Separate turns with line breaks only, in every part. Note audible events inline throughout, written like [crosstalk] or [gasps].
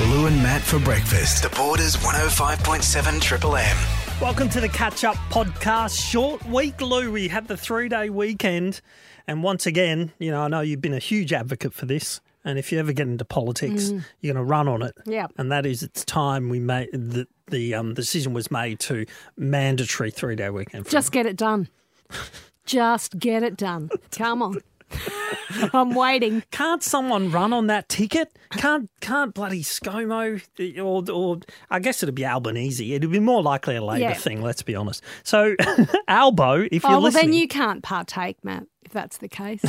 Lou and Matt for breakfast. The Borders 105.7 Triple M.
Welcome to the Catch Up Podcast. Short week, Lou. We had the three day weekend. And once again, you know, I know you've been a huge advocate for this. And if you ever get into politics, you're going to run on it.
Mm. Yep.
And that is, it's time we made the, the um, decision was made to mandatory three day weekend. For
Just get it done. Just get it done. Come on. I'm waiting.
can't someone run on that ticket? Can't can't bloody ScoMo or or I guess it'd be Albanese. It'd be more likely a Labor
Yeah.
thing. Let's be honest. So [laughs] Albo, if you're
Oh, well,
listening,
then you can't partake, Matt, if that's
[laughs]
the case.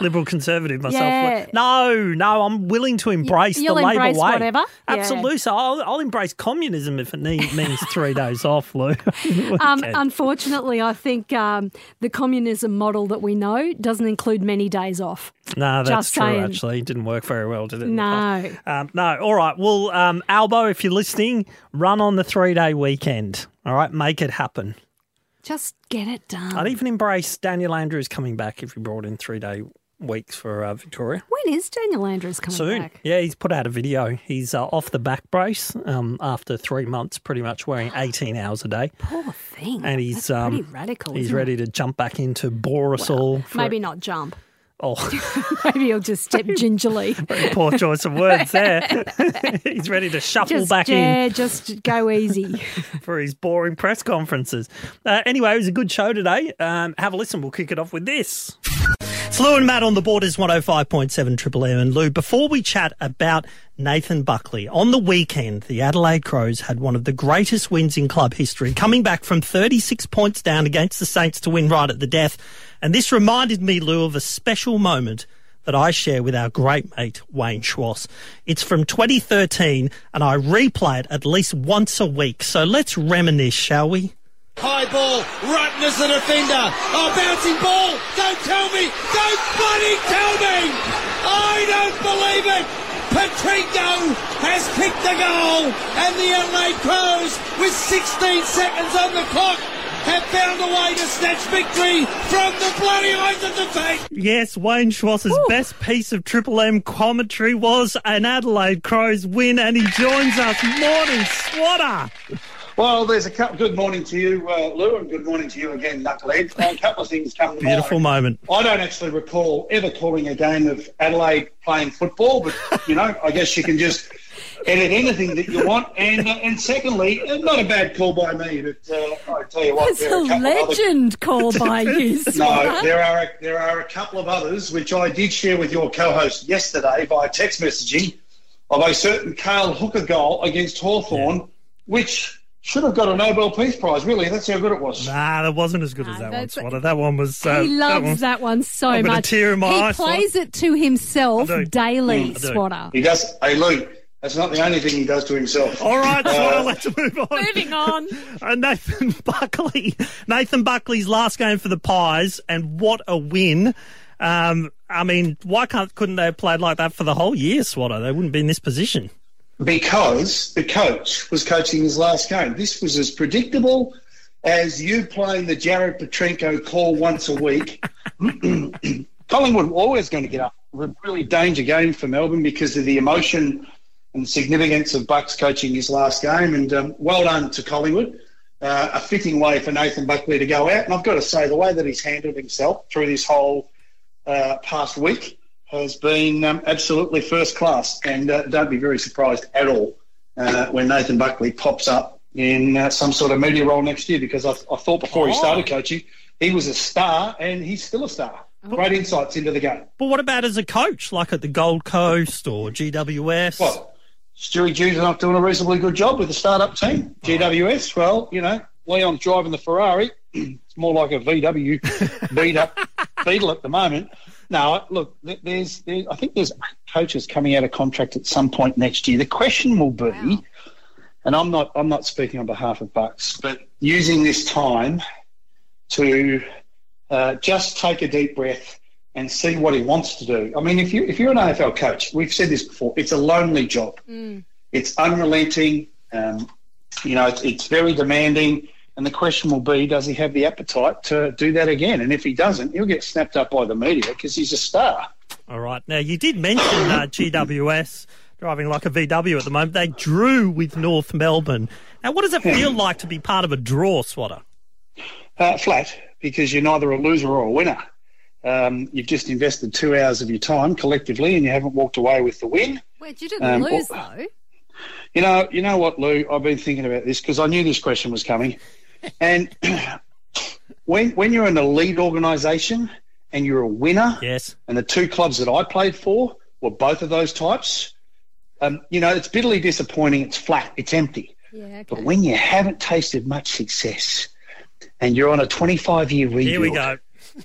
liberal conservative myself.
Yeah.
No, no, I'm willing to embrace
you'll
the Labor
embrace
way.
whatever. Yeah.
Absolutely. So I'll, I'll embrace communism if it need, means three days off,
[laughs]
Lou. [laughs]
Um,
Okay.
unfortunately, I think um, the communism model that we know doesn't include many days off.
no, that's
just
true.
saying.
Actually, it didn't work very well, did it? in the past?
No.
Um, no, all right. Well, um, Albo, if you're listening, run on the three day weekend. All right, make it happen.
Just get it done.
I'd even embrace Daniel Andrews coming back if he brought in three day weeks for uh, Victoria.
When is Daniel Andrews coming
Soon.
back?
Yeah, he's put out a video. He's uh, off the back brace um, after three months, pretty much
[gasps]
wearing 18 hours a day.
Poor thing.
And he's
That's pretty
um,
radical.
He's
isn't
ready to jump back into bore us all.
It?
For,
Maybe not jump.
[laughs]
[laughs]
Oh,
Maybe he'll
[laughs]
just step gingerly.
poor choice of words there.
[laughs]
[laughs] he's ready to shuffle
Just,
back in.
yeah, just go easy.
for his boring press conferences. Uh, anyway, it was a good show today. Um, have a listen. We'll kick it off with this. It's Lou and Matt on the Borders 105.7 Triple M. And Lou, before we chat about Nathan Buckley, on the weekend, the Adelaide Crows had one of the greatest wins in club history, coming back from 36 points down against the Saints to win right at the death. And this reminded me, Lou, of a special moment that I share with our great mate, Wayne Schwartz. It's from 2013, and I replay it at least once a week. So let's reminisce, shall we?
High ball, Rutten as the defender. Oh, bouncing ball. Don't tell me. Don't bloody tell me. I don't believe it. Patrico has kicked the goal and the Adelaide Crows with 16 seconds on the clock have found a way to snatch victory from the bloody eyes of defeat.
Yes, Wayne Schwartz's best piece of Triple M commentary was an Adelaide Crows win, and he joins us. Morning, Swatter.
Well, there's a couple. Good morning to you, uh, Lou, and good morning to you again, Knucklehead. And a couple of things come to
Beautiful
mind.
moment.
I don't actually recall ever calling a game of Adelaide playing football, but you know, I guess you can just edit anything that you want. And uh, and secondly, uh, not a bad call by me, but uh, I tell you what,
It's a
there are a couple of other.
legend called by you.
No, there are a, there are a couple of others which I did share with your co-host yesterday via text messaging of a certain Carl Hooker goal against Hawthorn, which should have got a Nobel Peace Prize. Really, that's how good it was.
Nah, Ah, that wasn't as good as
Nah,
that one,
Ah, that's-
Swatter. That one was. Uh,
He
that one-
loves that one so
I've got a
much.
tear in my
he
eye, Swan.
plays it to himself
I do.
daily,
I do.
Swatter.
He does. Hey, Lou, that's not the only thing he does to himself.
All right, Swatter, let's move on.
Moving on.
Uh, Nathan [laughs] Buckley. Nathan Buckley's last game for the Pies, and what a win! Um, I mean, why can't couldn't they have played like that for the whole year, Swatter? They wouldn't be in this position.
because the coach was coaching his last game. This was as predictable as you playing the Jared Petrenko call once a week. [clears throat] Collingwood were always going to get up. It was a really danger game for Melbourne because of the emotion and significance of Bucks coaching his last game. And um, well done to Collingwood. Uh, a fitting way for Nathan Buckley to go out. And I've got to say, the way that he's handled himself through this whole uh, past week has been um, absolutely first class, and uh, don't be very surprised at all uh, when Nathan Buckley pops up in uh, some sort of media role next year. Because I, I thought before he started coaching, he was a star, and he's still a star. Great insights into the game.
But what about as a coach, like at the Gold Coast or GWS?
Well, Stewie Jew's not doing a reasonably good job with the startup team. GWS, well, you know, Leon driving the Ferrari. [clears throat] it's more like a [laughs] VW beat up Beetle at the moment. No, look, th- there's, there, I think there's eight coaches coming out of contract at some point next year. The question will be, and I'm not, I'm not speaking on behalf of Bucks, but using this time to uh, just take a deep breath and see what he wants to do. I mean, if you if you're an AFL coach, we've said this before. It's a lonely job. It's unrelenting. Um, you know, it's, it's very demanding. And the question will be, does he have the appetite to do that again? And if he doesn't, he'll get snapped up by the media because he's a star.
All right. Now, you did mention uh, GWS. driving like a VW at the moment. They drew with North Melbourne. Now, what does it feel like to be part of a draw, Swatter?
Uh, flat, because you're neither a loser or a winner. Um, you've just invested two hours of your time collectively, and you haven't walked away with the win.
[laughs] Wait, you didn't
Um,
lose,
well-
though.
You know, you know what, Lou? I've been thinking about this because I knew this question was coming. And [clears throat] when when you're an elite organisation and you're a winner,
Yes.
and the two clubs that I played for were both of those types, um, you know, it's bitterly disappointing. It's flat. It's empty.
Yeah,
But
okay.
when you haven't tasted much success, and you're on a 25 year rebuild,
Here we go.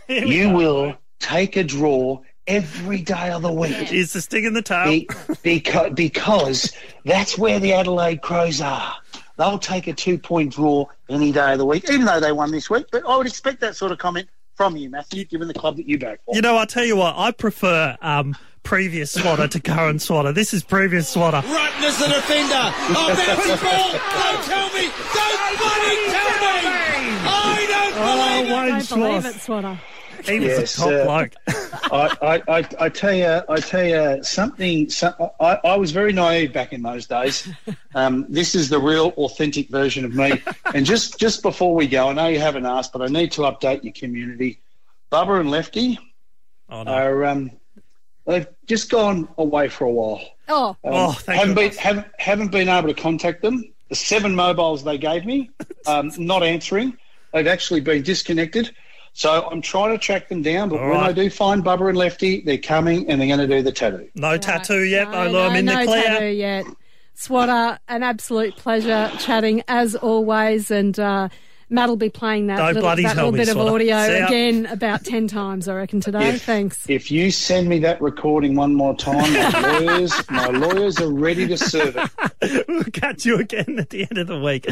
Here we
you
go.
will take a draw every day of the week.
Is the stick in the tail?
Be, because, because that's where the Adelaide Crows are. They'll take a two point draw any day of the week, even though they won this week. But I would expect that sort of comment from you, Matthew, given the club that you back for.
You know, I tell you what, I prefer um, previous swatter to current swatter. This is previous swatter.
Oh, Ruttner's an offender. A bouncing ball. Don't tell me. Don't bloody tell me. I don't
Oh,
believe it.
I
Wayne
don't believe it,
Schwartz.
Swatter.
He was
Yes,
a top
uh,
bloke.
I, I, I, I tell you, I tell you something. Some, I, I was very naive back in those days. Um, this is the real, authentic version of me. And just just before we go, I know you haven't asked, but I need to update your community. Bubba and Lefty
Oh, no.
are um, they've just gone away for a while.
Oh,
Um,
Oh, thank
haven't been,
goodness.
haven't, haven't been able to contact them. The seven mobiles they gave
[laughs]
me, um, not answering. They've actually been disconnected. So I'm trying to track them down, but
All
when
right.
I do find Bubba and Lefty, they're coming and they're going to do the tattoo.
no tattoo yet.
no,
No, no, I'm in
no
the clear.
tattoo yet. Swatter, an absolute pleasure chatting as always, and uh, Matt will be playing that
Don't
little,
bloody
that
tell
little
me,
bit of
Swatter.
audio
See ya.
again about ten times, I reckon today.
If-
Thanks.
If you send me that recording one more time, my lawyers, my lawyers are ready to serve it.
[laughs] We'll catch you again at the end of the week.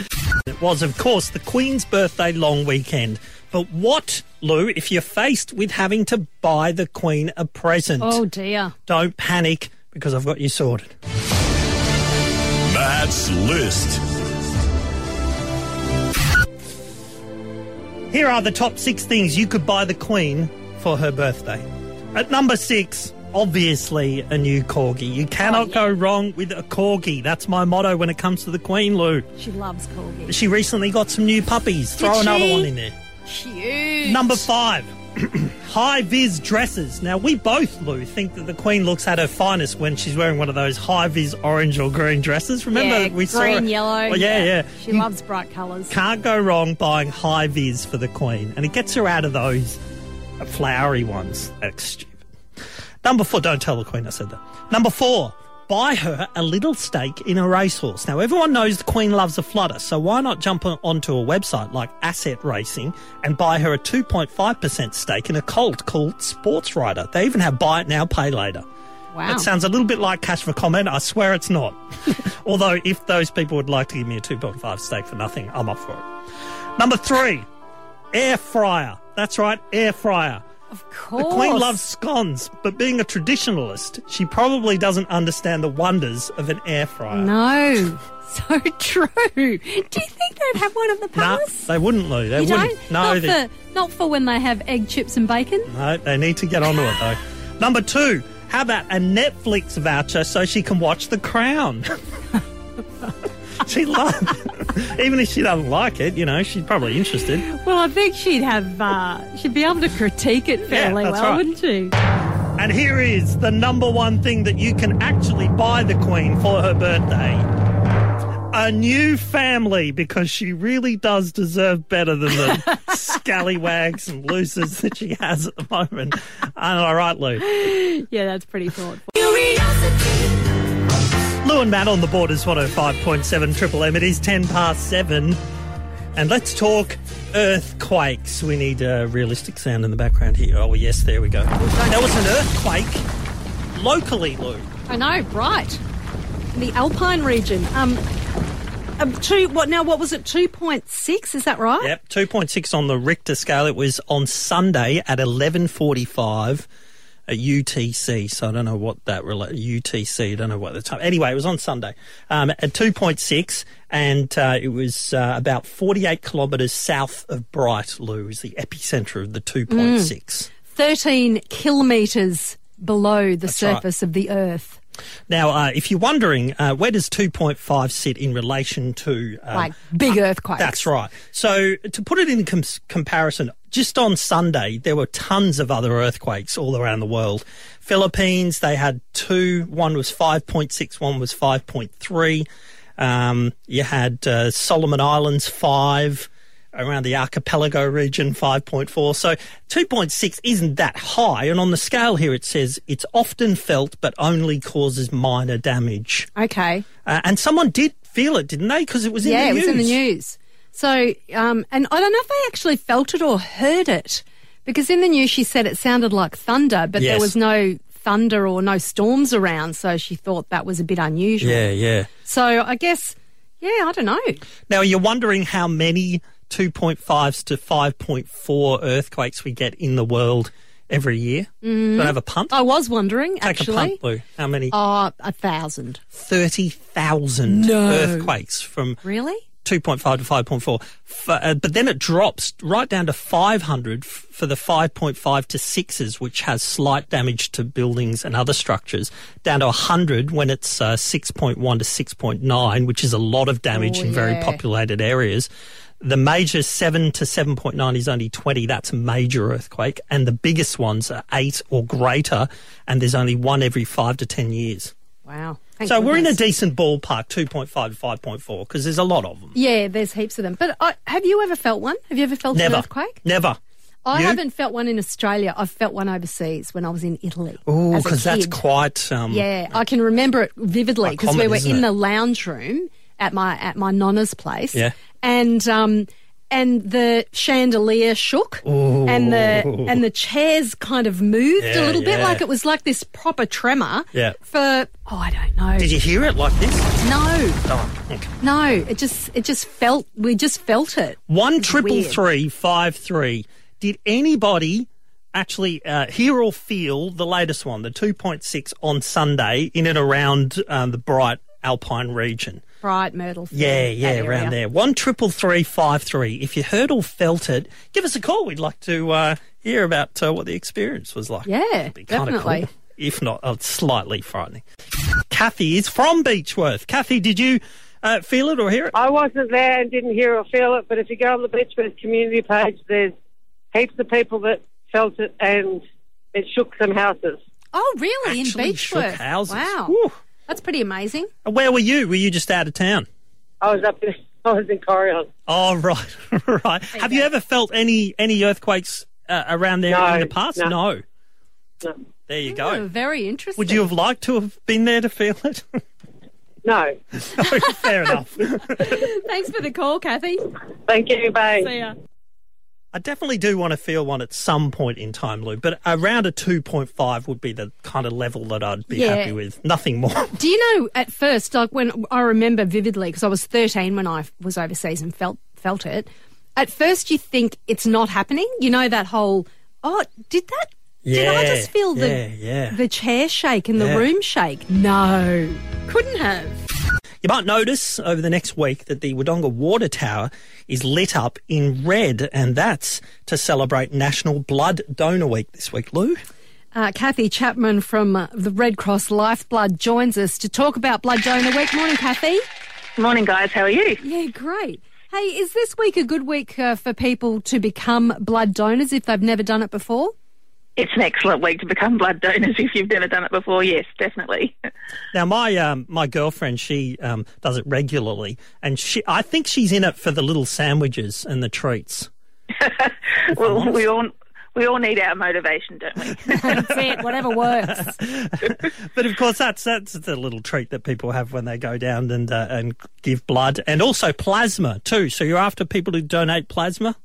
It was, of course, the Queen's birthday long weekend. But what, Lou, if you're faced with having to buy the Queen a present?
Oh dear.
Don't panic because I've got you sorted.
Matt's list.
Here are the top six things you could buy the Queen for her birthday. At number six, obviously a new corgi. You cannot go wrong with a corgi. That's my motto when it comes to the Queen, Lou.
She loves corgis.
She recently got some new puppies. Throw another
she?
one in there.
Cute.
Number five, [clears throat] high vis dresses. Now, we both, Lou, think that the Queen looks at her finest when she's wearing one of those high vis orange or green dresses. Remember,
yeah,
we
green,
saw. it-
yellow.
Well, yeah, yeah. Mm.
She loves bright colours.
Can't go wrong buying high vis for the Queen, and it gets her out of those flowery ones. That's stupid. Number four, don't tell the Queen I said that. Number four, buy her a little stake in a racehorse. Now, everyone knows the Queen loves a flutter, so why not jump on- onto a website like Asset Racing and buy her a 2.5% stake in a colt called Sports Rider? They even have buy it now, pay later.
Wow.
It sounds a little bit like cash for comment. I swear it's
[laughs]
not. Although, if those people would like to give me a 2.5 steak for nothing, I'm up for it. Number three, air fryer. That's right, air fryer.
of
The
course.
Queen loves scones, but being a traditionalist, she probably doesn't understand the wonders of an air fryer.
No. [laughs] So true. Do you think they'd have one of the
Nah,
palace?
they wouldn't, Lou. They
you
wouldn't.
don't?
No,
not,
they,
for, not for when they have egg chips and bacon.
No, they need to get onto it though. Number two, how about a Netflix voucher so she can watch The Crown? [laughs] she loves, even if she doesn't like it, you know, she's probably interested.
Well, I think she'd have, uh, she'd be able to critique it fairly
that's
well,
right.
wouldn't she?
And here is the number one thing that you can actually buy the Queen for her birthday. A new family because she really does deserve better than the scallywags and losers that she has at the moment. Aren't I right, Lou?
Yeah, that's pretty thoughtful.
Lou and Matt on the board is 105.7 Triple M. It is 10 past 7. And let's talk earthquakes. We need a realistic sound in the background here. Oh, yes, there we go. There was an earthquake locally, Lou.
I know, right? The Alpine region. Um, um, two. What now? What was it? Two point six? Is that right?
Yep, 2.6 on the Richter scale. It was on Sunday at 11.45 at UTC. So I don't know what that relates. UTC, I don't know what the time. Anyway, it was on Sunday um, at 2.6 and uh, it was uh, about 48 kilometres south of Bright, Lou, is the epicentre of the 2.6.
Thirteen kilometres below the
right.
surface of the Earth.
Now, uh, if you're wondering, uh, where does 2.5 sit in relation to? Uh,
like big earthquakes.
that's right. So to put it in com- comparison, just on Sunday there were tons of other earthquakes all around the world. Philippines, they had two. One was 5.6. One was 5.3. Um, you had uh, Solomon Islands five around the archipelago region 5.4 so 2.6 isn't that high and on the scale here it says it's often felt but only causes minor damage
Okay.
uh, and someone did feel it didn't they because it was in
yeah,
the news
it was in the news. So, um, and I don't know if they actually felt it or heard it, because in the news she said it sounded like thunder, but there
Yes.
was no thunder or no storms around, so she thought that was a bit unusual.
yeah yeah
So I guess, yeah, I don't know.
Now, you're wondering how many 2.5s to 5.4 earthquakes we get in the world every year? Do you want to have a punt?
I was wondering
Take
Mm-hmm. Oh, actually.
a punt, Lou. How many?
Oh, a thousand.
30,000
No.
earthquakes from
Really?
2.5 to 5.4. F- uh, but then it drops right down to 500 f- for the 5.5 to 6s, which has slight damage to buildings and other structures, down to 100 when it's uh, 6.1 to 6.9, which is a lot of damage
Oh,
in very
yeah.
populated areas. The major 7 to 7.9 is only 20. That's a major earthquake. And the biggest ones are 8 or greater. And there's only one every 5 to 10 years.
Wow. Thank
So we're in a
goodness.
decent ballpark, 2.5 to 5.4, because there's a lot of them.
yeah, there's heaps of them. But I, have you ever felt one? Have you ever felt
Never.
an earthquake?
Never.
I
You?
haven't felt one in Australia. I've felt one overseas when I was in Italy.
Oh,
as a
because that's
kid.
quite. Um,
Yeah, I can remember it vividly
Quite
because we
common,
were
isn't
in
it?
the lounge room at my at my nonna's place.
Yeah.
and um, and the chandelier shook, and the and the chairs kind of moved a
Yeah,
little bit,
yeah.
like it was like this proper tremor.
Yeah.
For oh, I don't know.
Did you hear it like this?
No,
Oh, okay.
no. It just it just felt we just felt it.
One triple
weird.
three five three. Did anybody actually uh, hear or feel the latest one, the two point six on Sunday in and around um, the Bright Alpine region?
Bright myrtle. Field,
Yeah,
that
yeah,
area.
around there. One triple three five three. If you heard or felt it, give us a call. We'd like to uh, hear about uh, what the experience was like.
Yeah,
It'd be kinda
definitely.
Cool, if not, uh, slightly frightening. Kathy is from Beechworth. Kathy, did you uh, feel it or hear
Oh,
it?
I wasn't there and didn't hear or feel it, but if you go on the Beechworth community page, there's heaps of people that felt it and it shook some houses.
Oh,
Actually
really? in
shook
Beechworth.
houses.
Wow,
Whew.
that's pretty amazing.
And Where were you? Were you just out of town?
I was up in, [laughs] I was in Corion.
Oh, [laughs] right, right. Have you ever felt any any earthquakes uh, around there
No,
in the past?
no. No.
There you
Oh,
go.
very interesting.
Would you have liked to have been there to feel it? [laughs]
No.
[laughs]
Fair enough.
Thanks for the call, Kathy.
Thank you, babe.
See ya.
I definitely do want to feel one at some point in time, Lou, but around a 2.5 would be the kind of level that I'd be
Yeah.
happy with. Nothing more.
Do you know at first, like when I remember vividly, because I was 13 when I was overseas and felt felt it. At first, you think it's not happening. You know that whole oh, did that? did I
Yeah,
just feel the
yeah, yeah.
the chair shake and
Yeah.
the room shake? No, couldn't have.
You might notice over the next week that the Wodonga Water Tower is lit up in red, and that's to celebrate National Blood Donor Week this week, Lou.
Uh, Kathy Chapman from uh, the Red Cross Lifeblood joins us to talk about Blood Donor Week. Morning, Kathy.
Morning, guys. How are you?
Yeah, great. Hey, is this week a good week uh, for people to become blood donors if they've never done it before?
It's an excellent week to become blood donors if you've never done it before. Yes, definitely. [laughs]
Now, my um, my girlfriend, she um, does it regularly, and she I think she's in it for the little sandwiches and the treats.
well, we all we all need our motivation, don't we?
That's it, whatever works.
But of course, that's that's the little treat that people have when they go down and uh, and give blood, and also plasma too. So you're after people who donate plasma.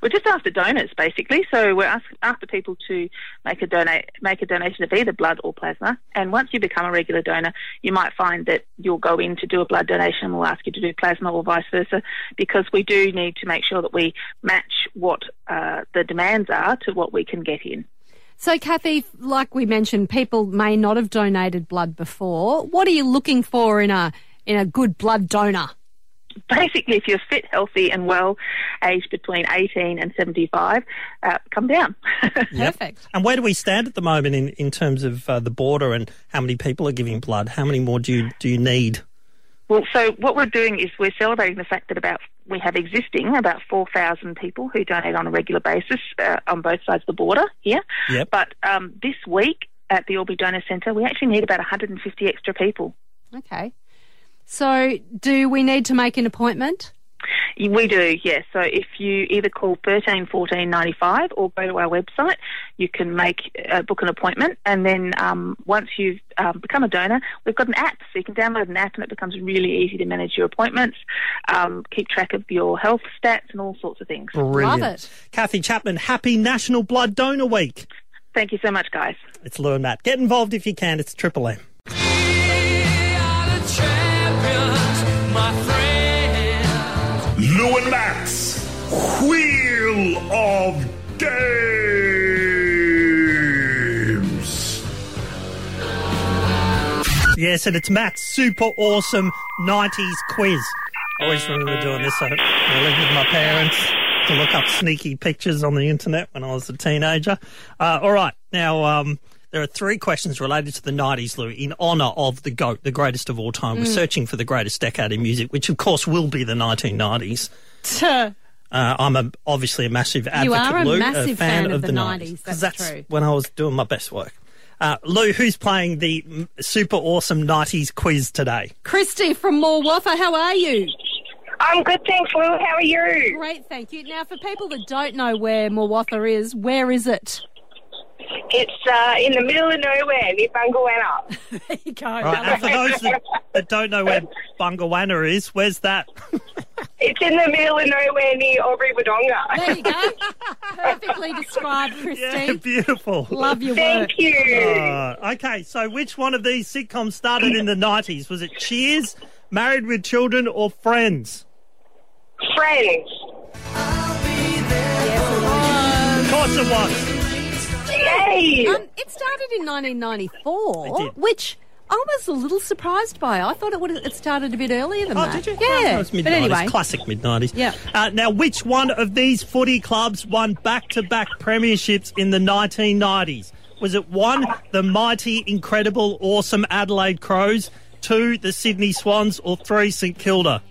we're just after donors, basically. So we're ask, after people to make a donate make a donation of either blood or plasma. And once you become a regular donor, you might find that you'll go in to do a blood donation, and we'll ask you to do plasma or vice versa, because we do need to make sure that we match what uh, the demands are to what we can get in.
[laughs] So, Kathy, like we mentioned, people may not have donated blood before. What are you looking for in a in a good blood donor?
basically, if you're fit, healthy, and well, aged between 18 and 75, uh, come down. [laughs]
Perfect.
And where do we stand at the moment in, in terms of uh, the border and how many people are giving blood? How many more do you, do you need?
Well, so what we're doing is we're celebrating the fact that about we have existing about 4,000 people who donate on a regular basis uh, on both sides of the border here.
Yep.
But um, this week at the Albi Donor Centre, we actually need about 150 extra people.
Okay. So, do we need to make an appointment?
We do, yes. So if you either call 13 14 95 or go to our website, you can make uh, book an appointment. And then um, once you've um, become a donor, we've got an app. So you can download an app and it becomes really easy to manage your appointments, um, keep track of your health stats and all sorts of things.
Brilliant.
Love it. [laughs]
Kathy Chapman, happy National Blood Donor Week.
Thank you so much, guys.
It's Lou and Matt. Get involved if you can. It's Triple M.
Lou and Matt's Wheel of Games.
Yes, and it's Matt's super awesome 90s quiz. I always remember doing this. I I lived with my parents to look up sneaky pictures on the internet when I was a teenager. Uh, all right, now um, there are three questions related to the 90s, Lou, in honour of the GOAT, the greatest of all time. We're searching for the greatest decade in music, which of course will be the 1990s. Uh, I'm a, obviously a massive advocate,
are a
Lou,
massive fan of the 90s,
'cause
that's true.
when I was doing my best work. Uh, Lou, who's playing the mm, super awesome 90s quiz today?
[laughs] Christy from More Wafa, how are you?
I'm good, thanks, Lou. How are you?
Great, thank you. Now, for people that don't know where More Wafa is, where is it?
It's uh, in the middle of nowhere near Bungawanna.
[laughs] There you go.
All right, and for those that, that don't know where Bungawanna is, where's that? [laughs]
It's in the middle of nowhere near Aubrey Wodonga.
There you go.
[laughs]
Perfectly described, Christy.
Yeah, beautiful.
Love your work.
Thank you.
Uh, okay, so which one of these sitcoms started in the 90s? Was it Cheers, Married with Children, or Friends?
Friends.
Of course it was.
Yay.
Um, it started in 1994,
It did.
which I was a little surprised by. I thought it would. It started a bit earlier than
Oh,
that.
did you?
Yeah,
No, it was
but
mid-90s,
anyway,
classic mid-90s.
Yeah.
Uh, now, which one of these footy clubs won back-to-back premierships in the 1990s? Was it one, the mighty, incredible, awesome Adelaide Crows, two, the Sydney Swans, or three, St Kilda?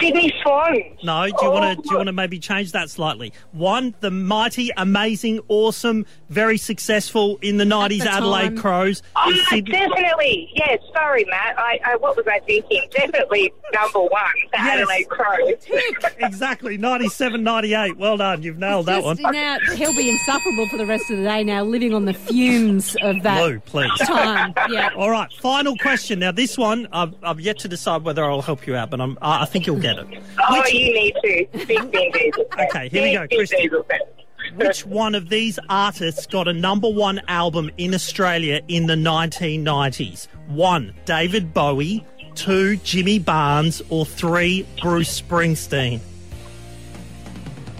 Sydney Swans.
No, do you want to do you want to maybe change that slightly? One, the mighty, amazing, awesome, very successful in the 90s
the
Adelaide
time.
Crows,
Oh,
the Sydney
definitely. Yes, sorry, Matt. I, I, what was I thinking? Definitely number one, the
Yes.
Adelaide Crows.
[laughs] Exactly, 97 98. Well done, you've nailed Oh, that one.
Just now he'll be insufferable for the rest of the day. Now living on the fumes of that
Lou, please.
time. Yeah.
All right, final question. Now, this one, I've, I've yet to decide whether I'll help you out, but I'm, I I think you'll get it.
Oh,
Which,
you need to. Big Vin Diesel. fan.
[laughs] Okay, here we
Big
go,
Vin
Christy.
Diesel fan.
which one of these artists got a number one album in Australia in the 1990s? One, David Bowie. Two, Jimmy Barnes. Or three, Bruce Springsteen.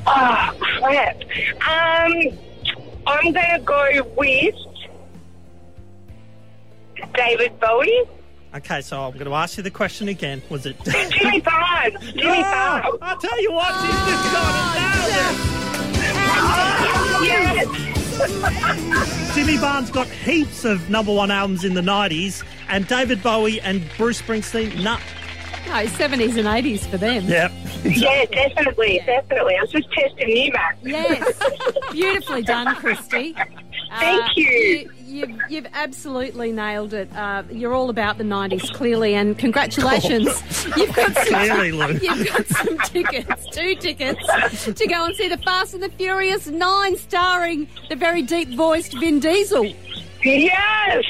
Oh, crap. Um, I'm going to go with David Bowie.
Okay, so I'm going to ask you the question again. Was it. [laughs]
Jimmy Barnes. [laughs] Jimmy
Ah,
Barnes.
I'll tell you what, she's just got it now.
Yes.
Jimmy Barnes got heaps of number one albums in the 90s, and David Bowie and Bruce Springsteen, nah.
No, seventies and eighties for them.
Yep. [laughs]
Yeah, definitely, definitely. I was just testing you, Matt.
Yes. Beautifully done, Christy.
Thank
Uh,
you.
you have you've absolutely nailed it. Uh, you're all about the 90s, clearly, and congratulations. [laughs] You've got some,
Clearly, Lou.
You've got some tickets, two tickets, to go and see The Fast and the Furious 9
[laughs]
starring the very deep voiced Vin Diesel.
Yes.